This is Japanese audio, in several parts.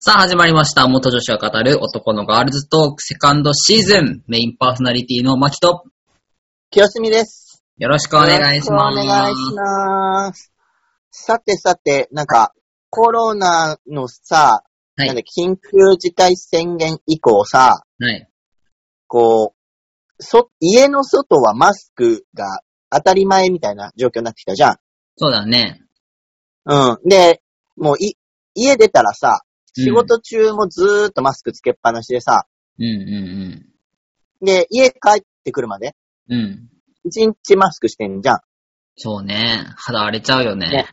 さあ、始まりました。元女子が語る男のガールズトークセカンドシーズン。メインパーソナリティのマキと、清澄です。よろしくお願いします。よろくお願いします。さてさて、なんか、コロナのさ、はいなんだ緊急事態宣言以降さ、はい。こう、そ、家の外はマスクが当たり前みたいな状況になってきたじゃそうだね。ん。うん。で、もうい、家出たらさ、うん仕事中もずーっとマスクつけっぱなしでさ、うんうで、家帰ってくるまで、んうん。うん。一日マスクしてんじゃん。そうね。肌荒れちゃうよね。ね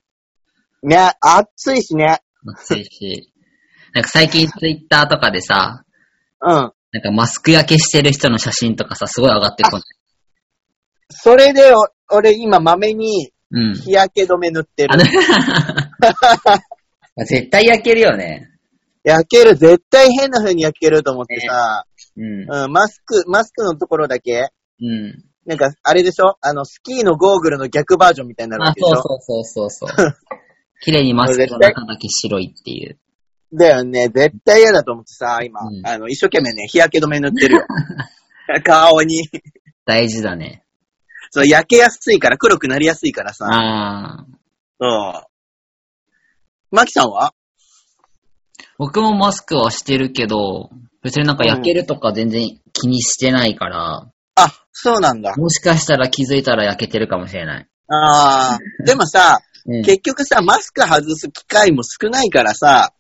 ね、暑いしね。暑いし。 なんか最近ツイッターとかでさ、うん。なんかマスク焼けしてる人の写真とかさ、すごい上がってこない。それでお、俺今豆に、うん。日焼け止め塗ってある。の 絶対焼けるよね。焼ける、絶対変な風に焼けると思ってさ、うん。うん、マスク、マスクのところだけ、うん。なんか、あれでしょあの、スキーのゴーグルの逆バージョンみたいになるあわ、けでしそうょそうそうそう そう。綺麗にマスクの中だけ白いっていう。だよね、絶対嫌だと思ってさ、今、うんあの、一生懸命ね、日焼け止め塗っ てるよ。顔に。大事だね。そう、焼けやすいから、黒くなりやすいからさ、ああ。そう。マキさんは僕もマスクはしてるけど、別になんか焼けるとか全然気にしてないから、あ、そうなんだ。もしかしたら気づいたら焼けてるかもしれない。あー。でもさ、うん、結局さ、マスク外す機会も少ないからさ、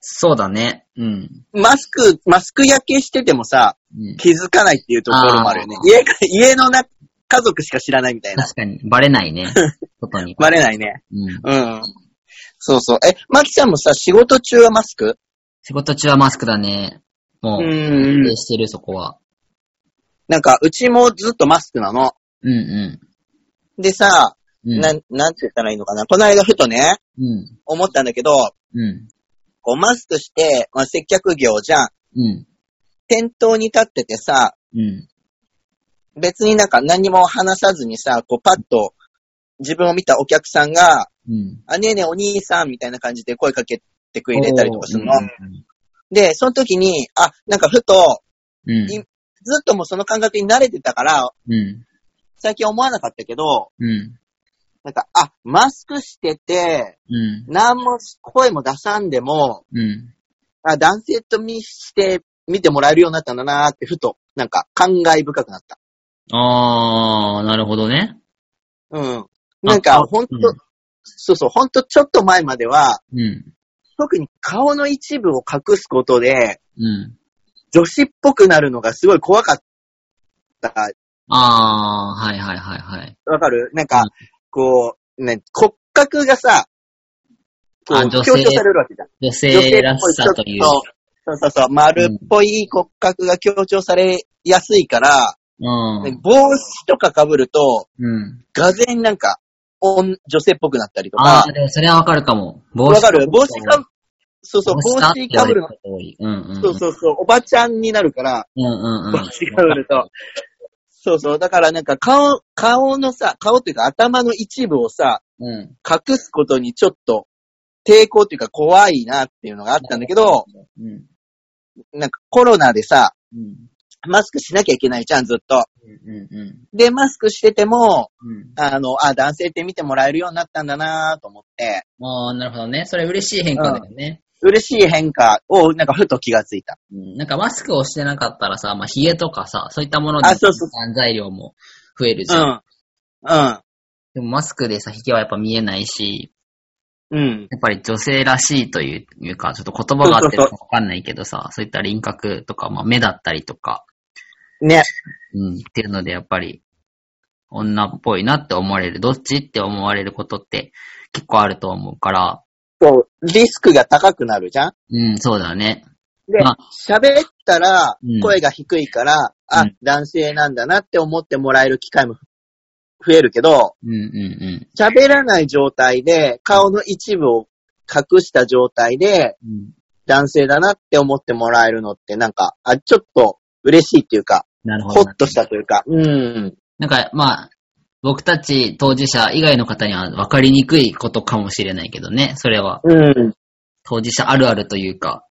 そうだね。うん。マスク、マスク焼けしててもさ、うん、気づかないっていうところもあるよねあ。家か、家のな、家族しか知らないみたいな。確かに、バレない ね。外に。バレないね。うん。うん。そうそう。え、マキさんもさ、仕事中はマスク仕事中はマスクだね。もうう、ん徹底。してる、そこは。なんか、うちもずっとマスクなの。うんうでさ、ん。うん。なん、なんて言ったらいいのかな。この間ふとね、うん。思ったんだけど、うん。こうマスクして、まあ、接客業じゃん。うん。店頭に立っててさ、うん。別になんか何も話さずにさ、こうパッと自分を見たお客さんが、うん。あ、ねえねえお兄さんみたいな感じで声かけてくれたりとかするの。うんで、その時に、あ、なんかふと、うん。ずっともうその感覚に慣れてたから、うん。最近思わなかったけど、うん。なんか、あ、マスクしてて、うん。何も声も出さんでも、うん。あ、男性と見して、見てもらえるようになったんだなーって、ふと、なんか、感慨深くなった。あー、なるほどね。うん。なんかあ、ほんうと、んそうそう、ほんとちょっと前までは、うん。特に顔の一部を隠すことで、うん。女子っぽくなるのがすごい怖かったあー、はいはいはいはい。わかるなんうかん、こう、ね、骨格がさ、こあう、女強性調されるわけじゃん。女性らしさという。そうそうそうそう、丸っぽい骨格が強調されやすいから、うん。ね帽子とか被ると、うん。がぜんなんか、おん女性っぽくなったりとあかー、、でもそれはわかるかも。帽わ子かる帽子かぶ、そうそう、帽子かかぶるぶるのの。。うんうん。そうそうそう、おばちゃんになるから、うんうんうん。帽子 かぶると。そうそう、だからなんか顔、顔のさ、顔っていうか頭の一部をさ、うん。隠すことにちょっと抵抗っていうか怖いなっていうのがあったんだけど、うん。なんかコロナでさ、うん。マスクしなきゃいけないじゃん、ずっと。うんうんで、マスクしてても、うん。あの、あ、男性って見てもらえるようになったんだなと思って、あー、なるほどね。それ嬉しい変化だよね。嬉しい変化を、なんかふと気がついた。うんなんかマスクをしてなかったらさ、まあ、髭とかさ、そういったもので、あそうそう材料も増えるじうゃん。ん。うん。でもマスクでさ、髭はやっぱ見えないし、うん。やっぱり女性らしいというか、ちょっと言葉があってるかわかんないけどさ、そういった輪郭とか、まあ、目だったりとか、ね。うん、っていうのでやっぱり、女っぽいなって思われる、どっちって思われることって結構あると思うから、そう、リスクが高くなるじゃんうん、そうだね。でまあ、喋ったらうん、声が低いから、うあん、男性なんだなって思ってもらえる機会も増えるけど、うん、う喋らない状態で、顔の一部を隠した状態で、ん、うん。男性だなって思ってもらえるのって、なんか、あ、ちょっと嬉しいっていうか、なるほほどっ。としたというか、うん。なんか、まあ、僕たち当事者以外の方には分かりにくいことかもしれないけどね、それはうん。当事者あるあるというか、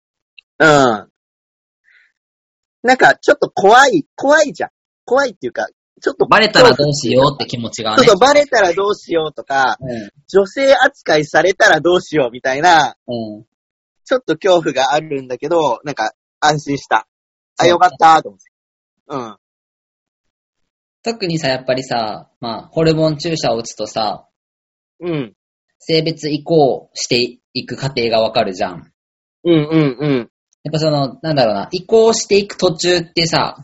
うん。なんか、ちょっと怖い、怖いじゃん。怖いっていうか、ちょっと。バレたらどうしようって気持ちがちょねっ。とバレたらどうしようとか、うん。女性扱いされたらどうしようみたいな、うん。ちょっと恐怖があるんだけど、なんか、安心した。そうあ、ねよかった、と思って。うん。特にさ、やっぱりさ、まあ、ホルモン注射を打つとさ、うん。性別移行していく過程がわかるじゃん。うん、うん、うん。やっぱその、なんだろうな、移行していく途中ってさ、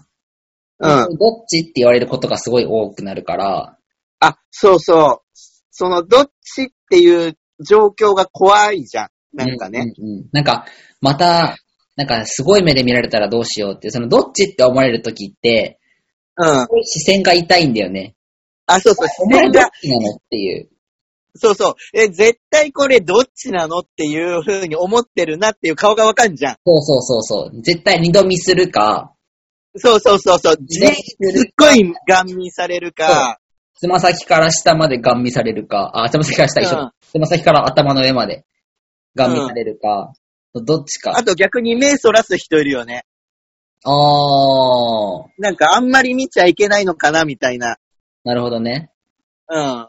うどっちって言われることがすごい多くなるから、あ、そうそう。その、どっちっていう状況が怖いじゃん。なんかね。うんうんうんなんか、また、なんかすごい目で見られたらどうしようって、そのどっちって思われるときって、うん。視線が痛いんだよね。あ、そうそう。お視前線どっが、ちなのっていう。そうそう。え、絶対これどっちなのっていう風に思ってるなっていう顔がわかんじゃん。そうそうそうそう。絶対二度見するか、そうそうそうそう。じねすっごいガン見されるか、つま先から下までガン見されるか、あ、つま先から下一緒うんだ。つま先から頭の上までガン見されるか、どっちか。あと逆に目そらす人いるよね。あー、なんかあんまり見ちゃいけないのかなみたいな。なるほどね。うん。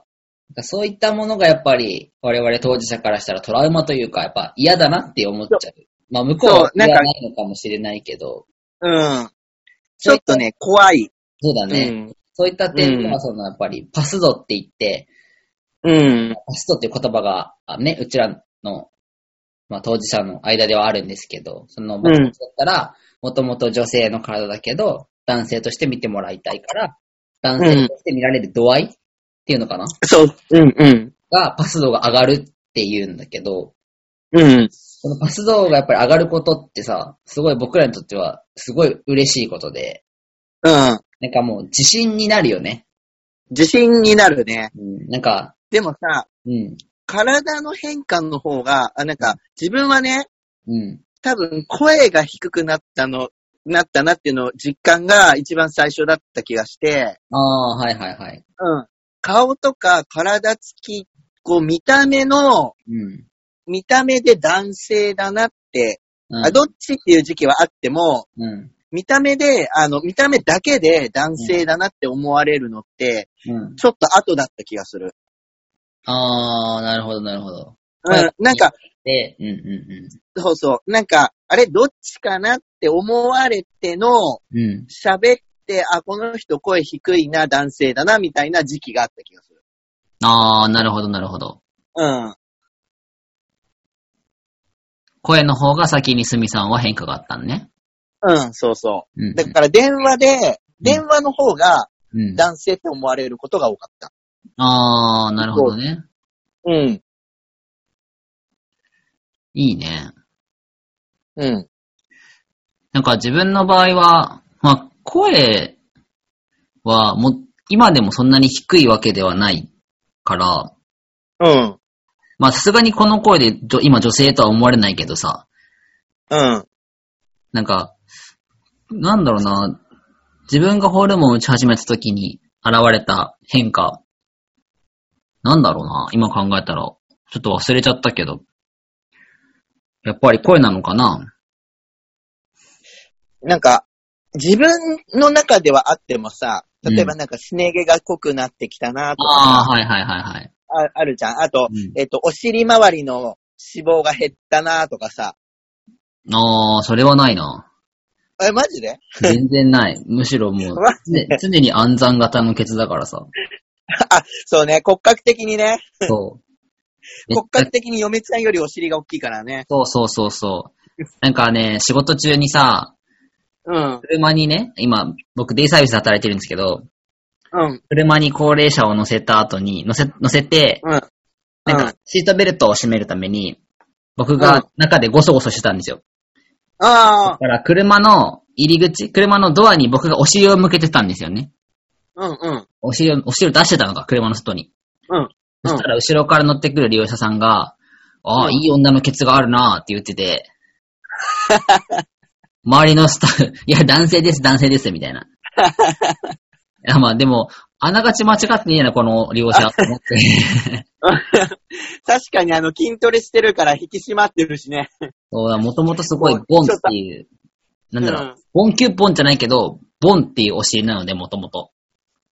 そういったものがやっぱり我々当事者からしたらトラウマというか、やっぱ嫌だなって思っちゃう。まあ向こうはそうな嫌んかないのかもしれないけど、うん。ちょっとね、怖い。そうだうね。ん。そういった点でうはんそのやっぱりパスドって言って、うん。パスドっていう言葉があね、うちらの、まあ、当事者の間ではあるんですけど、その、んまあだったら、もともと女性の体だけど、男性として見てもらいたいから、男性として見られる度合いっていうのかな、そう。うん、うん。が、パス度が上がるっていうんだけど、うん。このパス度がやっぱり上がることってさ、すごい僕らにとっては、すごい嬉しいことで、うん。なんかもう自信になるよね。自信になるね。うん、なんか、でもさ、うん、体の変化の方が、あ、なんか、自分はね、うん、多分声が低くなったの、なったなっていうのを実感が一番最初だった気がして、ああー、はいはいはい。うん。顔とか体つき、こう見た目の、うん。見た目で男性だなって、うんあどっちっていう時期はあっても、うん。見た目で、あの、見た目だけで男性だなって思われるのって、うん。ちょっと後だった気がする。ああ、なるほど、なるほど。うはいん。なんか、で、うん、うそうそう。なんか、あれ、どっちかなって思われての、ん、うん。うん。喋って、あ、この人声低いな、男性だな、みたいな時期があった気がする。ああ、なるほど、なるほど。うん。声の方が先にすみさんは変化があったんね。うん、そうそうう。んだ。から電話で、電話の方がうん、男性って思われることが多かった。ああ、なるほどね。うん。いいね。うん。なんか自分の場合は、まあ、声はもう、今でもそんなに低いわけではないから、うん。まあ、さすがにこの声でじょ今女性とは思われないけどさ、うん。なんか、なんだろうな、自分がホルモンを打ち始めた時に現れた変化、なんだろうな、今考えたら、ちょっと忘れちゃったけど、やっぱり声なのかななんか、自分の中ではあってもさ、例えばなんかすね毛が濃くなってきたなとかああ、さ、はいはいはいはい。ああるじゃん。あと、うんえっと、お尻周りの脂肪が減ったなとかさ。ああ、それはないな。え、マジで全然ない。 むしろもう、マジね常に暗算型のケツだからさ。あ、そうね、骨格的にね、そう。 骨格的に嫁ちゃんよりお尻が大きいからね。そうそうそうそう。なんかね、仕事中にさ、うん、車にね、今、僕デイサービスで働いてるんですけど、うん、車に高齢者を乗せた後に、乗せ、乗せて、うん。なんうんか、シートベルトを締めるために、僕が中でゴソゴソしてたんですよ。だああ、から、車の入り口、車のドアに僕がお尻を向けてたんですよね。うん、うん、お尻を、お尻を出してたのか、車の外に。うん。そしたら後ろから乗ってくる利用者さんが、ああ、うんいい女のケツがあるなーって言って て、 周りのスタッフ、いや、男性です、男性です、みたいな。いや、まあでも、あながち間違ってねえな、この利用 者と思って。確かにあの筋トレしてるから引き締まってるしね。そうだ、もともとすごいボンっていう、なんだろう、ボンキュッボンじゃないけど、ボンっていうお尻なので、もともと。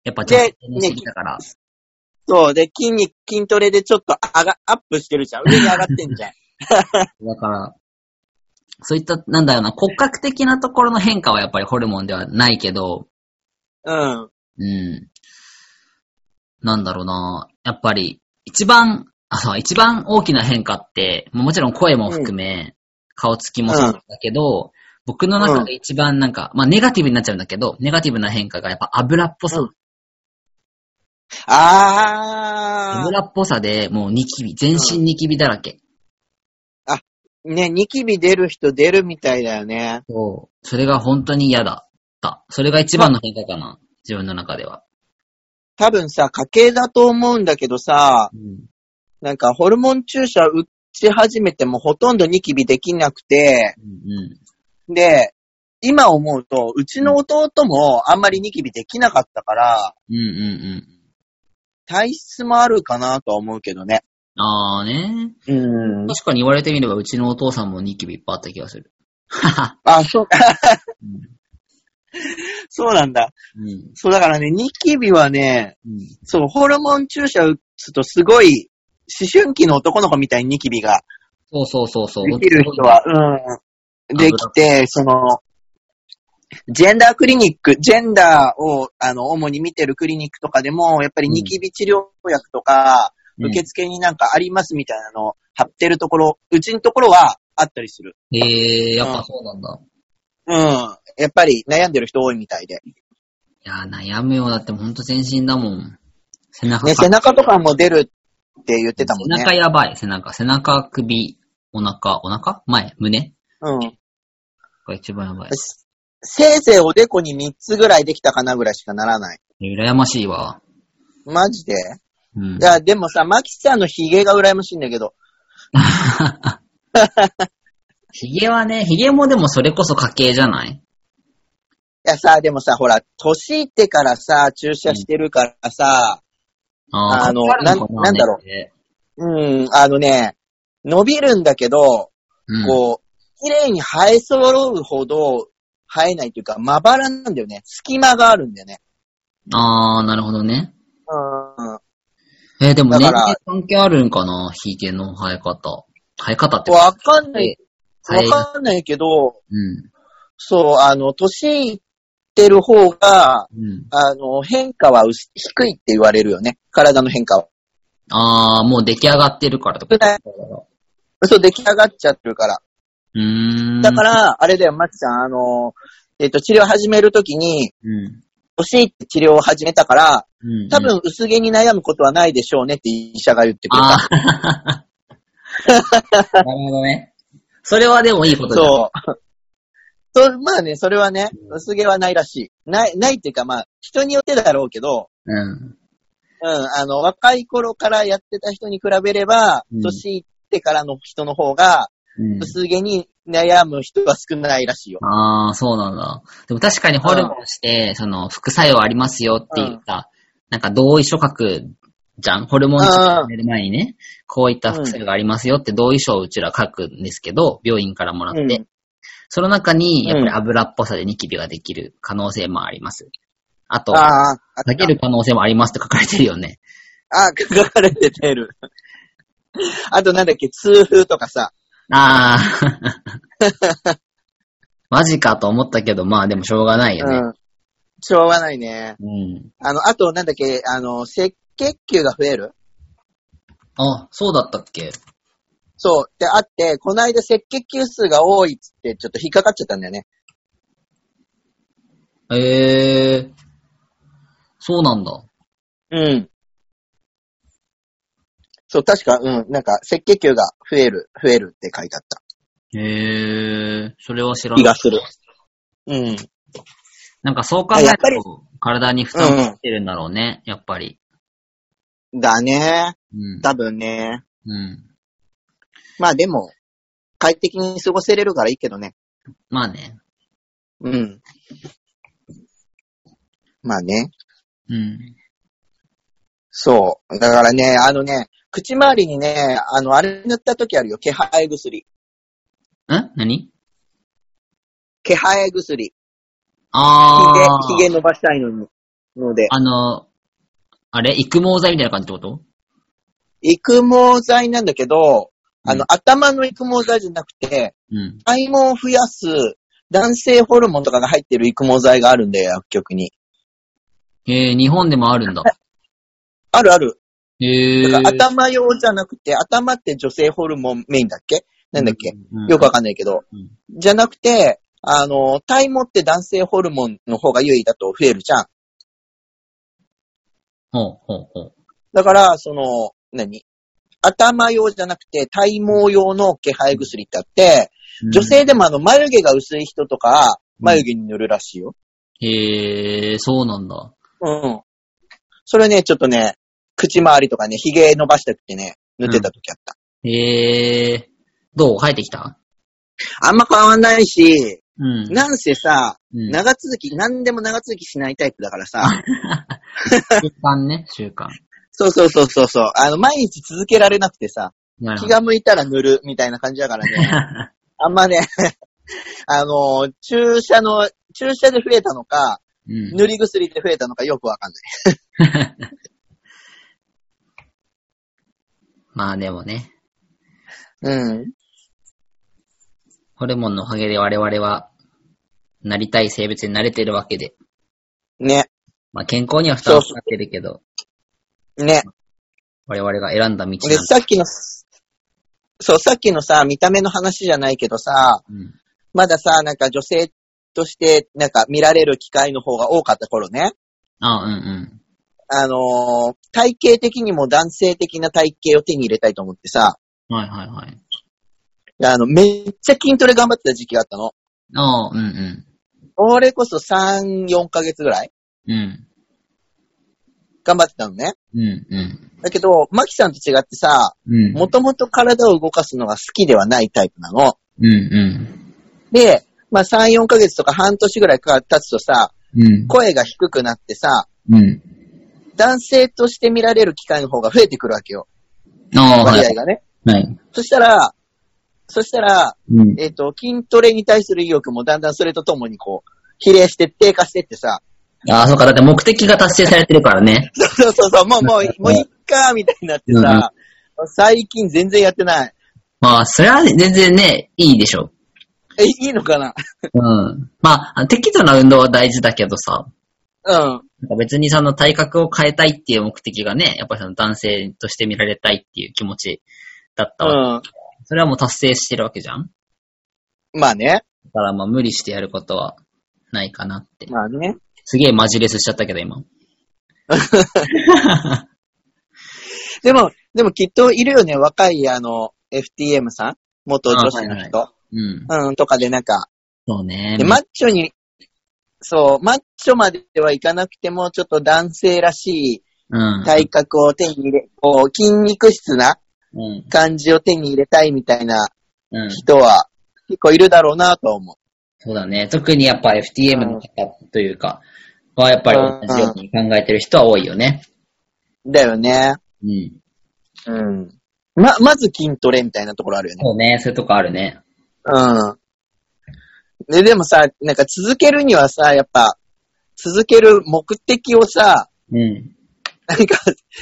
やっぱ女性のお尻だから。そう。で、筋肉、筋トレでちょっと上が、アップしてるじゃん。上に上がってんじ ゃん。だから、そういった、なんだろうな、骨格的なところの変化はやっぱりホルモンではないけど、うん。うん。なんだろうな、やっぱり、一番、あ、そう、一番大きな変化って、もうもちろん声も含め、顔つきもそうだけど、僕の中で一番なんか、まあネガティブになっちゃうんだけど、ネガティブな変化がやっぱ油っぽさ。うんあ油っぽさで、もうニキビ、全身ニキビだらけ。ー。ね、ニキビ出る人出るみたいだよね。そう。それが本当に嫌だった。それが一番の変化かな、自分の中では。多分さ、家系だと思うんだけどさ、うん。なんかホルモン注射打ち始めてもほとんどニキビできなくて、うん。で、今思うと、うちの弟もあんまりニキビできなかったから、うんうん体質もあるかなとは思うけどね。うん。ああね。うん。確かに言われてみれば、うちのお父さんもニキビいっぱいあった気がする。はは。あ、そう、 そうなんだ。うん。そうだからね、ニキビはね、うん。そう、ホルモン注射打つとすごい、思春期の男の子みたいにニキビがそうそうそうそう。できる人は、うん、できて、その、ジェンダークリニック、ジェンダーを、あの、主に見てるクリニックとかでも、やっぱりニキビ治療薬とか、うん、受付になんかありますみたいなの、貼ってるところ、うちのところはあったりする。へえ、やっぱそうなんだ。うん。やっぱり悩んでる人多いみたいで。いやー、悩むよ。だってほんと全身だもん。背中ね、背中とかも出るって言ってたもん背ね中。やばい、背中。背中、首、お腹、お腹前、胸うん。が一番やばい。せいぜいおでこに3つぐらいできたかなぐらいしかならない。羨ましいわ。マジでうんい。や、でもさ、マキさんのヒゲが羨ましいんだけど。ヒゲはね、ヒゲもでもそれこそ家系じゃないいやさ、でもさ、ほら、年いってからさ、注射してるからさ、あーあの関係るかなんなんだろねうん、あのね、伸びるんだけど、うん、こう、綺麗に生え揃うほど生えないというか、まばらなんだよね。隙間があるんだよね。ああ、なるほどね。うん。えーでもだ年から齢関係あるんかなヒゲの生え方。生え方ってわかんない、生えわかんないけど、うん。そう、あの、年いってる方が、うん。あの、変化は薄低いって言われるよね。体の変化は。ああ、もう出来上がってるからってこ少とないそう、出来上がっちゃってるから。うーん。だか、ら、あれだよ、マキさん、あの、えっ、と、治療始めるときに、うん。年いって治療を始めたから、うん、多分薄毛に悩むことはないでしょうねって医者が言ってくれあ た。あ。なるほどね。それはでもいいことだ。そう。そう、まあね、それはね、うん薄毛はないらしい。ない、ないっていうか、まあ、人によってだろうけど、うん。うん、あの、若い頃からやってた人に比べればうん、年いってからの人の方が、うん。薄毛に悩む人は少ないらしいよ。ああ、そうなんだ。でも確かにホルモンして、その、副作用ありますよっていうさ、なんか同意書書くじゃんホルモンをめる前にね、こういった副作用がありますよって同意書をうちら書くんですけど、病院からもらって。うんその中に、やっぱり油っぽさでニキビができる可能性もあります。あと、ああ、あ避ける可能性もありますって書かれてるよね。あ、書かれて出る。 あとなんだっけ、痛風とかさ。ああ。 マジかと思ったけど、まあでもしょうがないよね。ん。しょうがないね。うん。あの、あとなんだっけ、あの、赤血球が増えるあ、そうだったっけそう。ってあって、この間赤血球数が多いっつって、ちょっと引っかかっちゃったんだよね。ええそうなんだ。うん。そう、確か、うん、なんか、赤血球が増える、増えるって書いてあった。ええそれは知ら気ながい。する。うん。なんかそう考えるやっぱりと、体に負担がってるんだろうね、やっぱり。だね。うん。多分ね。うん。まあでも、快適に過ごせれるからいいけどね。まあね。うん。まあね。うん。そう。だからね、あのね、口周りにね、あの、あれ塗った時あるよ。気配薬。ん何気配薬。あー。ひげ、ひげ伸ばしたいのに。ので。あの、あれ育毛剤みたいな感じってこと育毛剤なんだけど、あうのん、頭の育毛剤じゃなくて、うん。体毛を増やす男性ホルモンとかが入ってる育毛剤があるんだよ、薬局に。えー、日本でもあるんだ。あるある。えだー。から頭用じゃなくて、頭って女性ホルモンメインだっけなんだっけ、うんよくわかんないけどうん。じゃなくて、あの、体毛って男性ホルモンの方が優位だと増えるじゃん。ほうほうほう。だから、その、何頭用じゃなくて、体毛用の気配薬ってあって、女性でもあの、眉毛が薄い人とか、うん眉毛に塗るらしいよ。へえー、そうなんだ。うん。それね、ちょっとね、口周りとかね、髭伸ばしたくてね、塗ってた時あった。へえー、どう生えてきたあんま変わんないし、うん。なんせさ、うん、長続き、何でも長続きしないタイプだからさ。習慣ね、習慣。そうそうそうそうそう。あの、毎日続けられなくてさ、なるほ気ど。が向いたら塗るみたいな感じだからね。 あんまね、 あの、注射の、注射で増えたのか、うん。塗り薬で増えたのかよくわかんない。まあでもね、うん。ホルモンのおかげで我々は、なりたい性別に慣れてるわけで。ね、まあ健康には負担をかかってるけど、ね。我々が選んだ道なんで、だ。さっきの、そう、さっきのさ、見た目の話じゃないけどさ、うん。まださ、なんか女性として、なんか見られる機会の方が多かった頃ね。あ、うんうん。あのー体型的にも男性的な体型を手に入れたいと思ってさ、はいはいはい。あの、めっちゃ筋トレ頑張ってた時期があったの。ああ、うんうん。俺こそ3、4ヶ月ぐらいうん。頑張ってたのね。うんうん。だけど、マキさんと違ってさ、うん。もともと体を動かすのが好きではないタイプなの。うんうで、まあ3、4ヶ月とか半年ぐらいか経つとさ、ん。うん。声が低くなってさ、うん。男性として見られる機会の方が増えてくるわけよ。ああ、は割合い。がね。はい。そしたら、そしたら、うん。えっ、と、筋トレに対する意欲もだんだんそれとともにこう、比例して低下してってさ、ああ、そうか。だって目的が達成されてるからね。そうそうそう、もうもう、もういっか、みたいになってさ、最近全然やってない。まあ、それは全然ね、いいでしょ。え、いいのかなうん。まあ、適度な運動は大事だけどさ、うん。なんか別にその体格を変えたいっていう目的がね、やっぱりその男性として見られたいっていう気持ちだったわけ。うん。それはもう達成してるわけじゃんまあね。だからまあ無理してやることはないかなって。まあね。すげえマジレスしちゃったけど今。でも、でもきっといるよね、若いあの、FTM さん元女子の人。うん。うん、とかでなんか、そうね。で、マッチョに、そう、マッチョまではいかなくても、ちょっと男性らしいうん。体格を手に入れ、こう、筋肉質なうん。感じを手に入れたいみたいなうん。人は結構いるだろうなとは思う。そうだね。特にやっぱ FTM の方というか、はやっぱり同じように考えてる人は多いよね。だよね。うん。うん。ま、まず筋トレみたいなところあるよね。そうね。そういうとこあるね。うん。で、でもさ、なんか続けるにはさ、やっぱ、続ける目的をさ、うん。なんか、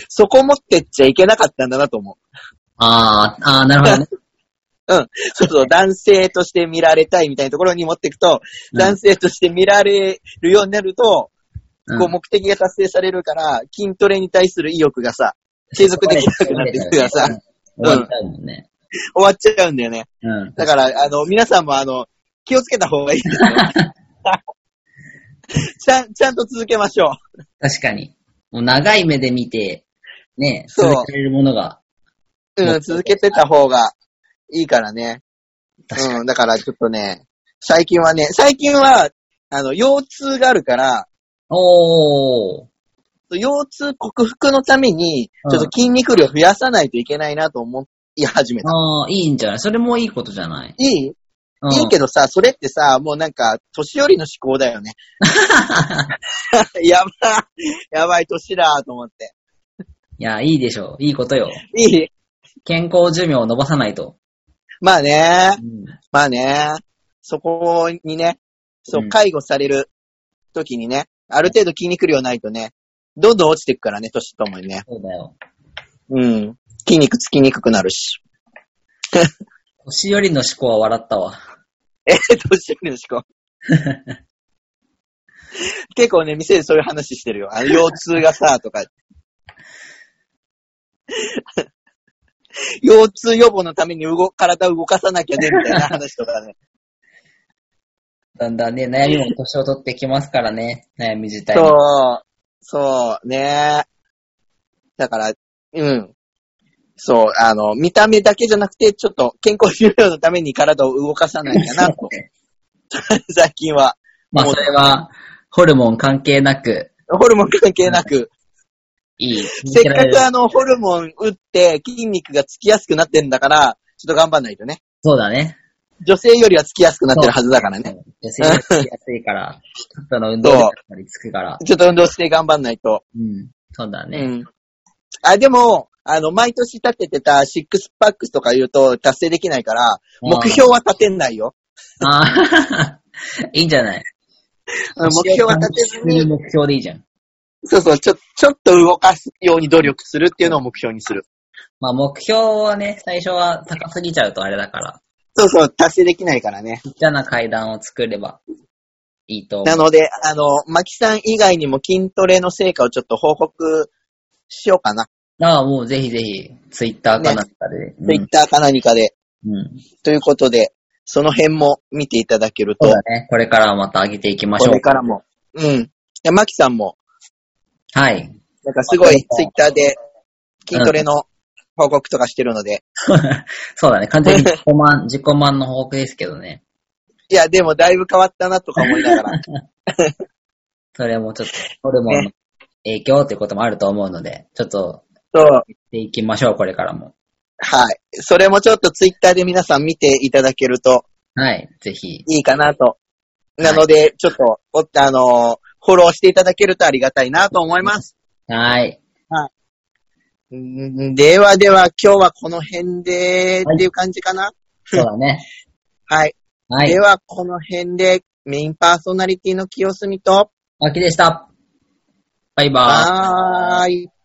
そこ持ってっちゃいけなかったんだなと思う。あー、あーなるほどね。そうそう、男性として見られたいみたいなところに持っていくと、うん男性として見られるようになると、うんこう目的が達成されるから、筋トレに対する意欲がさ、継続できなくなっていくからさ、 終わ終っちゃうもんね。わっちゃうんだよね。うん。だから、あの、皆さんもあの、気をつけた方がいいですよ。 ちゃん、ちゃんと続けましょう。確かに。もう長い目で見て、ね、そう続けられるものが、もっうん、と続けてた方がいいからね。確かうん、だからちょっとね、最近はね、最近は、あの、腰痛があるから、おー。腰痛克服のために、うんちょっと筋肉量増やさないといけないなと思い始めた。あー、いいんじゃないそれもいいことじゃない。いいいうんいけどさ、それってさ、もうなんか、年寄りの思考 だよね。やばい、やばい年だと思って。いや、いいでしょう。いいことよ。いい健康寿命を伸ばさないと。まあねう。ん。まあね。そこにね、そうう、ん介護される時にね、ある程度筋肉量ないとね、どんどん落ちていくからね、年とともにね。そうだよ。うん。筋肉つきにくくなるし。年寄りの思考は笑ったわ。え、年寄りの思考。結構ね、店でそういう話してるよ。あの腰痛がさ、とか。腰痛予防のために動、体を動かさなきゃね、みたいな話とかね。だんだんね、悩みも年を取ってきますからね。悩み自体も。そう、そう、ねだから、うん。そう、あの、見た目だけじゃなくて、ちょっと健康重要のために体を動かさないか な、と。最近は。 まあ、それは、ホルモン関係なく、ホルモン関係なく。いい。せっかくあの、ホルモン打って筋肉がつきやすくなってんだから、ちょっと頑張んないとね。そうだね。女性よりはつきやすくなってるはずだからね。女性がやすいから、ちょっとの運動量やっぱりつくから。ちょっと運動して頑張んないと。うん。そうだうね。ん。あ、でも、あの、毎年立ててたシックスパックスとか言うと達成できないから、目標は立てんないよ。ああ、 いいんじゃない目標は立てず目に、標でいいじゃん。そうそう、ちょ、ちょっと動かすように努力するっていうのを目標にする。まあ、目標はね、最初は高すぎちゃうとあれだから、そうそう、達成できないからね。ちっちゃな階段を作ればいいと思なう。ので、あの、マキさん以外にも筋トレの成果をちょっと報告しようかな。ああ、もうぜひぜひ、ツイッターかなんかで。ツイッターか何かで。うん。うん。ということで、その辺も見ていただけるとそう、だね。これからまた上げていきましこょれう。からも。うん。いや、マキさんも、はい。なんかすごいツイッターで筋トレの報告とかしてるので。そうだね。完全に自己満、 自己満の報告ですけどね。いや、でもだいぶ変わったなとか思いなが ら。それもちょっと、ホルモンの影響っていうこともあると思うので、ちょっと、そう。やっていきましょう、これからも。はい。それもちょっとツイッターで皆さん見ていただけるとはい。ぜひ。いいかなと。なので、ちょっと、おあのーフォローしていただけるとありがたいなと思います。はい。うんではでは、今日はこの辺で、はいっていう感じかな。そうだね。はい。はいで。は、この辺で、メインパーソナリティの清澄と、秋でした。バイバーイ。はーい。